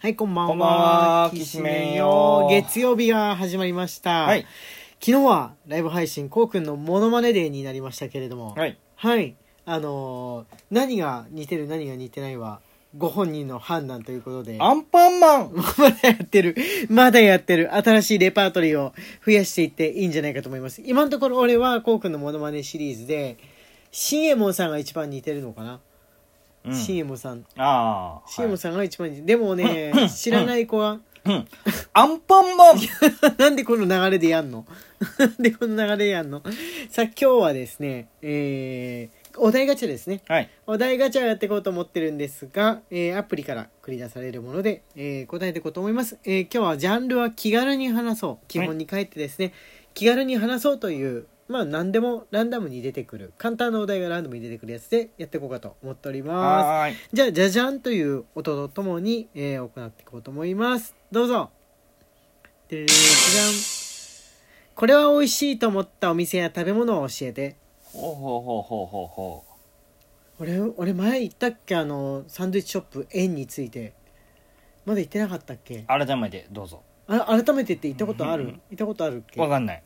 はい、こんばんは。こんばんはききししめめんんよよ。月曜日が始まりました。はい。昨日はライブ配信、こうくんのモノマネデーになりましたけれども、はい。はい。あのー何が似てる、何が似てないは、ご本人の判断ということで、アンパンマンまだやってる。まだやってる。新しいレパートリーを増やしていっていいんじゃないかと思います。今のところ俺はこうくんのモノマネシリーズで、シエモンさんが一番似てるのかな、うんシエモンさん。ああ。シエモンささんが一番似てる。でも ね、知らない子は、ん。 うんアンパンマンなんでこの流れでやんの なんでこの流れでやんのさあ今日はですね、えー、お題ガチャですね。 はい。お題ガチャをやっていこうと思ってるんですが、えーアプリから繰り出されるもので、えー答えていこうと思います、えー今日はジャンルは気軽に話そう。基本に帰ってですね、気軽に話そうという、まあ何でもランダムに出てくる、簡単なお題がランダムに出てくるやつでやっていこうかと思っております。はーい。じゃあ、じゃじゃんという音とともに、えー行っていこうと思います。どうぞ。でじゃん。これは美味しいと思ったお店や食べ物を教えて。ほうほうほうほうほうほ俺、俺前言ったっけあの、サンドイッチショップ円について。まだ言ってなかったっけう。改めて、どうぞ。あ改めてって言ったことあるうん行ったことあるっけわかんない。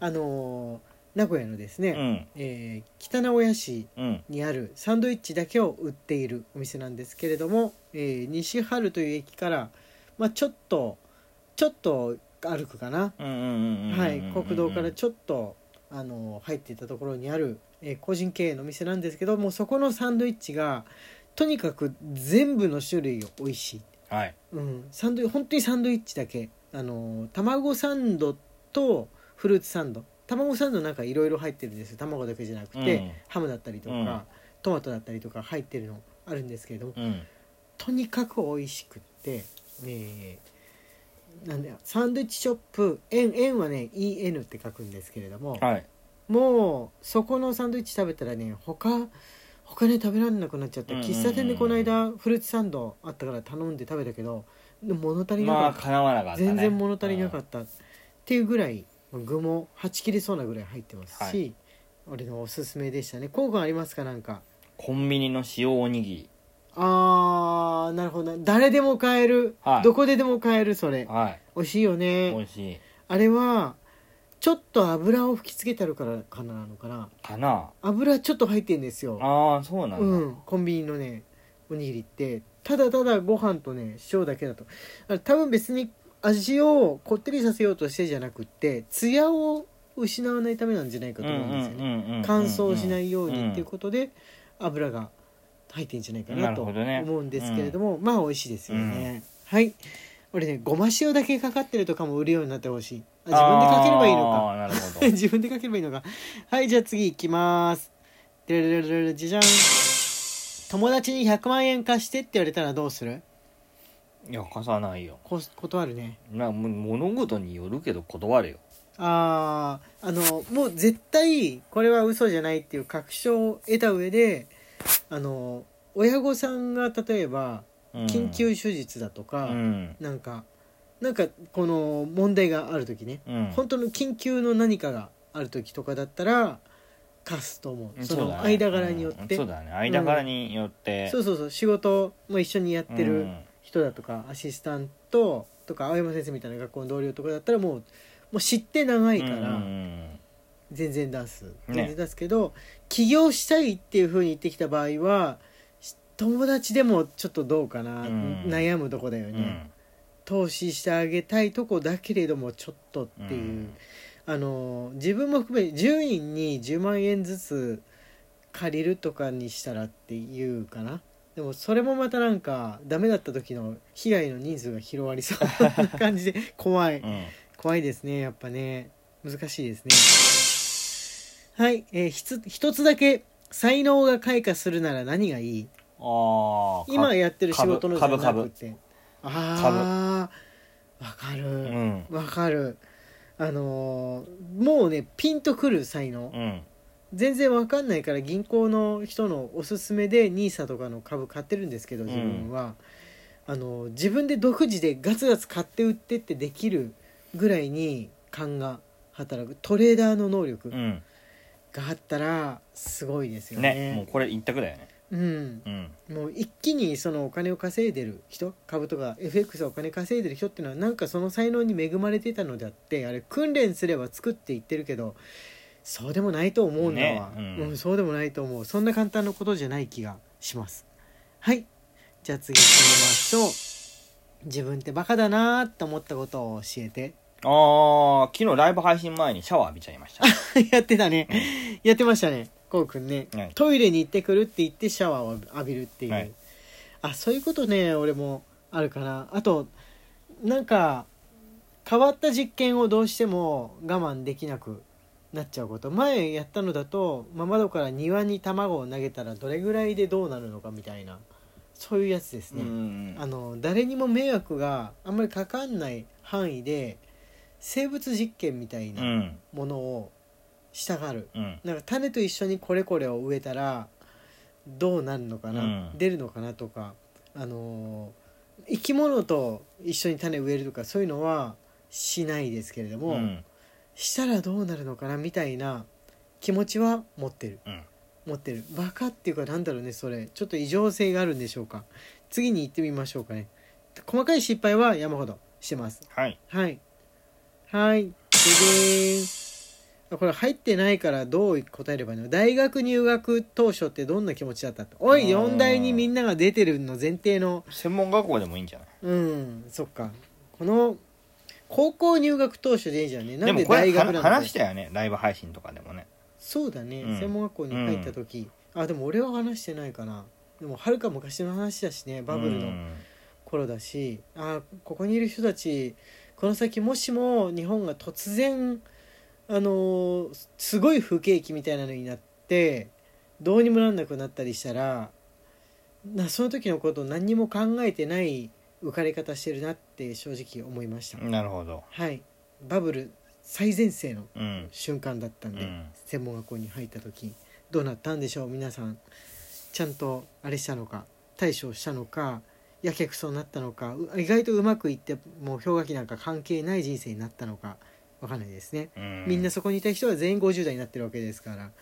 あのー名古屋のですね、うん。えー北名古屋市うん。にあるサンドイッチだけを売っているお店なんですけれども、えー西春という駅から、まあ、ちょっとちょっと歩くかな、うんうんうんうんうん。はい、国道からちょっとあの入っていったところにある、えー個人経営のお店なんですけどもうそこのサンドイッチがとにかく全部の種類が美味しい、はい。うん、サンドイ本当にサンドイッチだけあの卵サンドとフルーツサンド卵サンドなんかいろいろ入ってるんですよ卵だけじゃなくて、うんハムだったりとか、うんトマトだったりとか入ってるのあるんですけれどもうん。とにかく美味しくって、えーなんだよサンドイッチショップ円円はね EN って書くんですけれども、はい。もうそこのサンドイッチ食べたらね他他ね食べられなくなっちゃったうんうんうん喫茶店でこの間フルーツサンドあったから頼んで食べたけどでも物足りなまかあ、った、かなわなかったね。全然物足りなかっった、っていうぐらい具もはち切れそうなぐらい入ってますし、は俺のおすすめでしたね効果ありますかなんかた。コンビニの塩おにぎり。あーなるほどな誰でも買える、はいどこででも買えるそれは美味しいよい。ね美味しい。あれはちょっと油を吹きつけてあるからかななのかなかな油ちょっと入ってんですよああ、そうなんだ。うん、コンビニのねおにぎりってただただご飯とね塩だけだとあ多分別に味をこってりさせようとしてじゃなくって艶を失わないためなんじゃないかうんとう思うんんですよね、うんうんうんうん。乾燥しないようにっていうこことで油が入ってんじゃないかななるとほどね思うんですけれどもまあ美味しいですよね、はい俺ねごま塩だけかかってるとかも売るようになってほしいあと自分でかければいいのかああ、なるほど。 自分で書けばいいのかはいじゃあ次いきますでるるるるじゃじゃん友達に100万円貸してって言われたらどうするいや、貸さないよ。こ断るねなも物事によるけど断るよあーあのもう絶対これは嘘じゃないっていう確証を得た上であの親御さんが例えば緊急手術だとうか、んなんかなんかこの問題がある時ねうん本当の緊急の何かがある時とかだったら貸すと思う、うんそうだのね間柄によっうんて、そうだね間柄によってそううそうそう仕事も一緒にやってるん人だとか、アシスタントとか青山先生みたいな学校の同僚とかだったらもうもう知って長いからうんうん全然出す、ね全然出すけど起業したいっていうふうに言ってきた場合はし友達でもちょっとどうかな、うん悩むとこだようね、ん投資してあげたいとこだけれどもちょっとっていう。うんあの自分も含め10人に10万円ずつ借りるとかにしたらっていうかなでもそれもまたなんかダメだった時の被害の人数が広がりそうな感じで怖いうん怖いですねやっぱね難しいですねはい、えーひつ一つだけ才能が開花するなら何がいいああ今やってる仕事のじゃ株な株くてああわかる、うんわかるあのーもうねピンとくる才能うん全然わかんないから銀行の人のおすすめで NISA とかの株買ってるんですけど自分は、あのー自分で独自でガツガツ買って売ってってできるぐらいに勘が働くトレーダーの能力うんがあったらすごいですよねねもうこれ一択だよねうん、うんもう一気にそのお金を稼いでる人株とか FX はお金稼いでる人っていうのはなんかその才能に恵まれてたのであってあれ訓練すれば作っていってるけどそうでもないと思うんだわ、ねううんんそうでもないと思うそんな簡単なことじゃない気がしますはいじゃあ次行きましょう自分ってバカだなーって思ったことを教えてああ昨日ライブ配信前にシャワー浴びちゃいました やってたねやってましたねこうくんね、はいトイレに行ってくるって言ってシャワーを浴びるっていう、はいあそういうことね俺もあるかなあとなんか変わった実験をどうしても我慢できなくなっちゃうこと前やったのだと、まあ、窓から庭に卵を投げたらどれぐらいでどうなるのかみたいなそういうやつですうね、んあの誰にも迷惑があんまりかかんない範囲で生物実験みたいうなんものをしたがるうんなんか種と一緒にこれこれを植えたらどうなるのかな、うん出るのかなとか、あのー生き物と一緒に種植えるとかそういうのはしないですけれども、うんしたらどうなるのかなみたいな気持ちは持ってるうん持ってるバカっていうかなんだろうねそれちょっと異常性があるんでしょうか次に行ってみましょうかね細かい失敗は山ほどしてますはいはい。はい。ででーんあこれ入ってないからどう答えればいいの大学入学当初ってどんな気持ちだったとおいあー4大にみんなが出てるの前提の専門学校でもいいんじゃないうんそっかこの高校入学当初でいいじゃんねなでんもでこれ大学なはの話したよねライブ配信とかでもねそうだね、うん専門学校に入った時、あでも俺は話してないかなでもはるか昔の話だしねバブルの、うん頃だしあーここにいる人たちこの先もしも日本が突然あのーすごい不景気みたいなのになってどうにもなんなくなったりしたらなその時のことを何にも考えてない浮かれ方してるなって正直思いました、なるほどはいバブル最前世のうん瞬間だったんで、うん専門学校に入った時どうなったんでしょう皆さんちゃんとあれしたのか対処したのかやけくそになったのかう意外とうまくいってもう氷河期なんか関係ない人生になったのかわかんないですね、うんみんなそこにいた人は全員50代になってるわけですから、はい、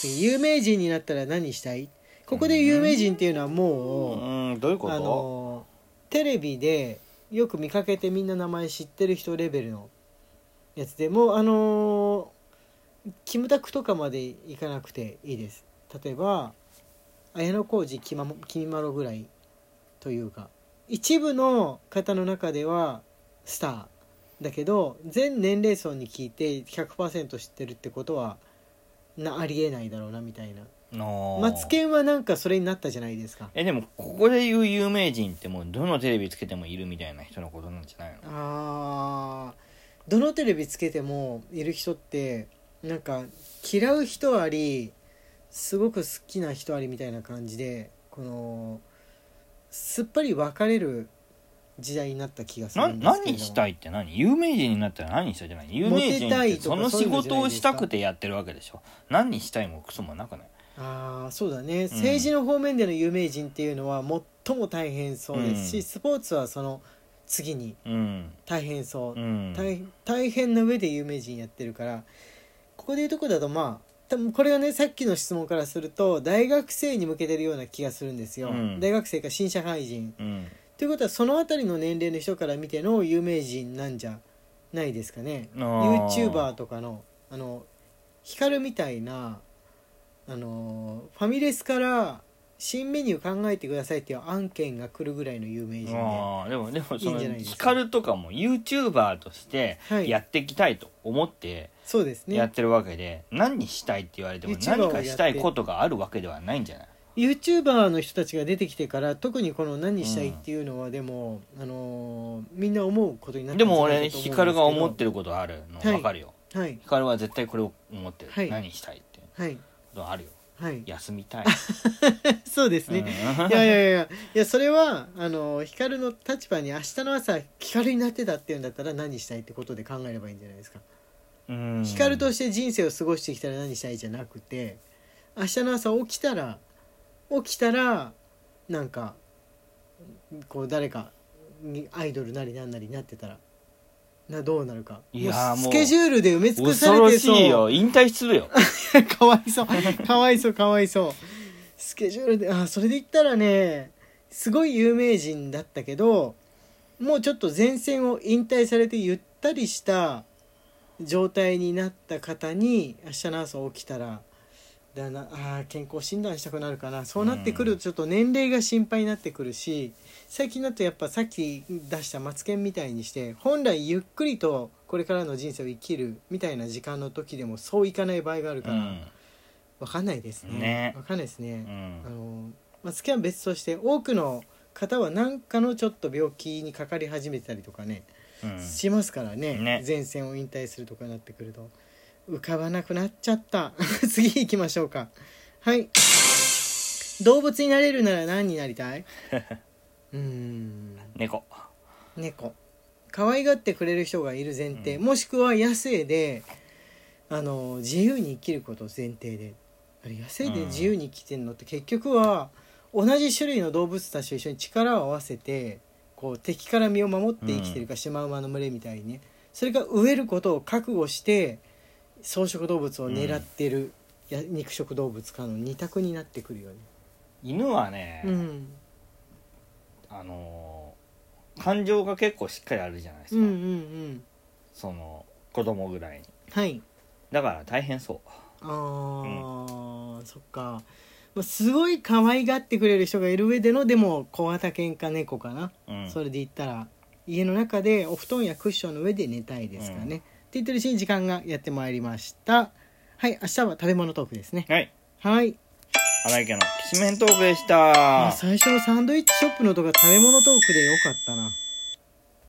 次有名人になったら何したいここで有名人っていうのはもう、うんどういうこあとのテレビでよく見かけてみんな名前知ってる人レベルのやつでもうあのキムタクとかまでいかなくていいです例えば綾小路きまもきみまろぐらいというか一部の方の中ではスターだけど全年齢層に聞いて100%知ってるってことはなありえないだろうなみたいなのマツケンはなんかそれになったじゃないですかえでもここで言う有名人ってもうどのテレビつけてもいるみたいな人のことなんじゃないのあーどのテレビつけてもいる人ってなんか嫌う人ありすごく好きな人ありみたいな感じでこのすっぱり分かれる時代になった気がするなんですけれども何したいって何有名人になったら何したいじゃない有名人モテたっいてとそかのそうい仕うのじゃないですか事をしたくてやってるわけでしょ何したいもクソもなくないあーそうだね、政治の方面での有名人っていうのは最も大変そうですし、うんスポーツはその次にうん大変そううん大大変な上で有名人やってるからここでいうとこだとまあ多分これがねさっきの質問からすると大学生に向けてるような気がするんですよ、うん大学生か新社会人。うんということはその辺りの年齢の人から見ての有名人なんじゃないですかねあー YouTuber とかのあの光みたいなあのファミレスから新メニュー考えてくださいっていう案件が来るぐらいの有名人であーでもでもいいそんのじゃないですかヒカルとかも YouTuber としてはいやっていきたいと思ってそうですねやってるわけで、何したいって言われても YouTuber 何かしたいことがあるわけではないんじゃない YouTuber の人たちが出てきてから特にこの何したいっていうのはでも、あのーみんな思うことになってでるんじもゃな俺いかとヒ思カルがうんですけど思ってることあるのはい分かるよ、はいヒカルは絶対これを思ってる、はい何したいってはいことあるよはい休み たいそうですね、いやいやいやいやそれはあのーヒカルの立場に明日の朝ヒカルになってたっていうんだったら何したいってことで考えればいいんじゃないですか、うんヒカルとして人生を過ごしてきたら何したいじゃなくて明日の朝起きたら起きたらなんかこう誰かにアイドルなりなんなりなってたらなどうなるかいやもうーもスうケジュールで埋め尽くさ恐ろれて しいよ引退するよかわいそうかわいそうかわいそうスケジュールであそれで言ったらねすごい有名人だったけどもうちょっと前線を引退されてゆったりした状態になった方に明日の朝起きたらだなあー健康診断したくなるかなそうなってくるとちょっと年齢が心配になってくるし最近だとやっぱさっき出した「マツケン」みたいにして本来ゆっくりとこれからの人生を生きるみたいな時間の時でもそういかない場合があるうから。んわかんないですね。ねわかんないですうね。あんのまあ、スキャン別として多くの方は何かのちょっと病気にかかり始めたりとかね、うんしますからねね前線を引退するとかになってくると浮かばなくなっちゃった 次行きましょうかはい動物になれるなら何になりた いうーん猫猫可愛がってくれる人がいる前提、うんもしくは野生であの自由に生きることを前提であれ野生で自由に生きてんのって結局は同じ種類の動物たちと一緒に力を合わせてこう敵から身を守って生きてるか、シマウマの群れみたいにねそれが飢えることを覚悟して草食動物を狙ってる、や肉食動物かの二択になってくるよね。犬はね、うん、あのー感情が結構しっかりあるじゃないですうんうんか、うんその子供ぐらいにはいだから大変そあー、そっか、まあ、すごい可愛がってくれる人がいる上でのでも小型犬か猫かな、う、うん、それで言ったら家の中でお布団やクッションの上で寝たいですかね、うっんて言ってるうちに時間がやってまいりましたはい明日は食べ物トークですねはいはい、花池のきしめんトークでしまあた最初のサンドイッチショップのとか食べ物トークでよかったな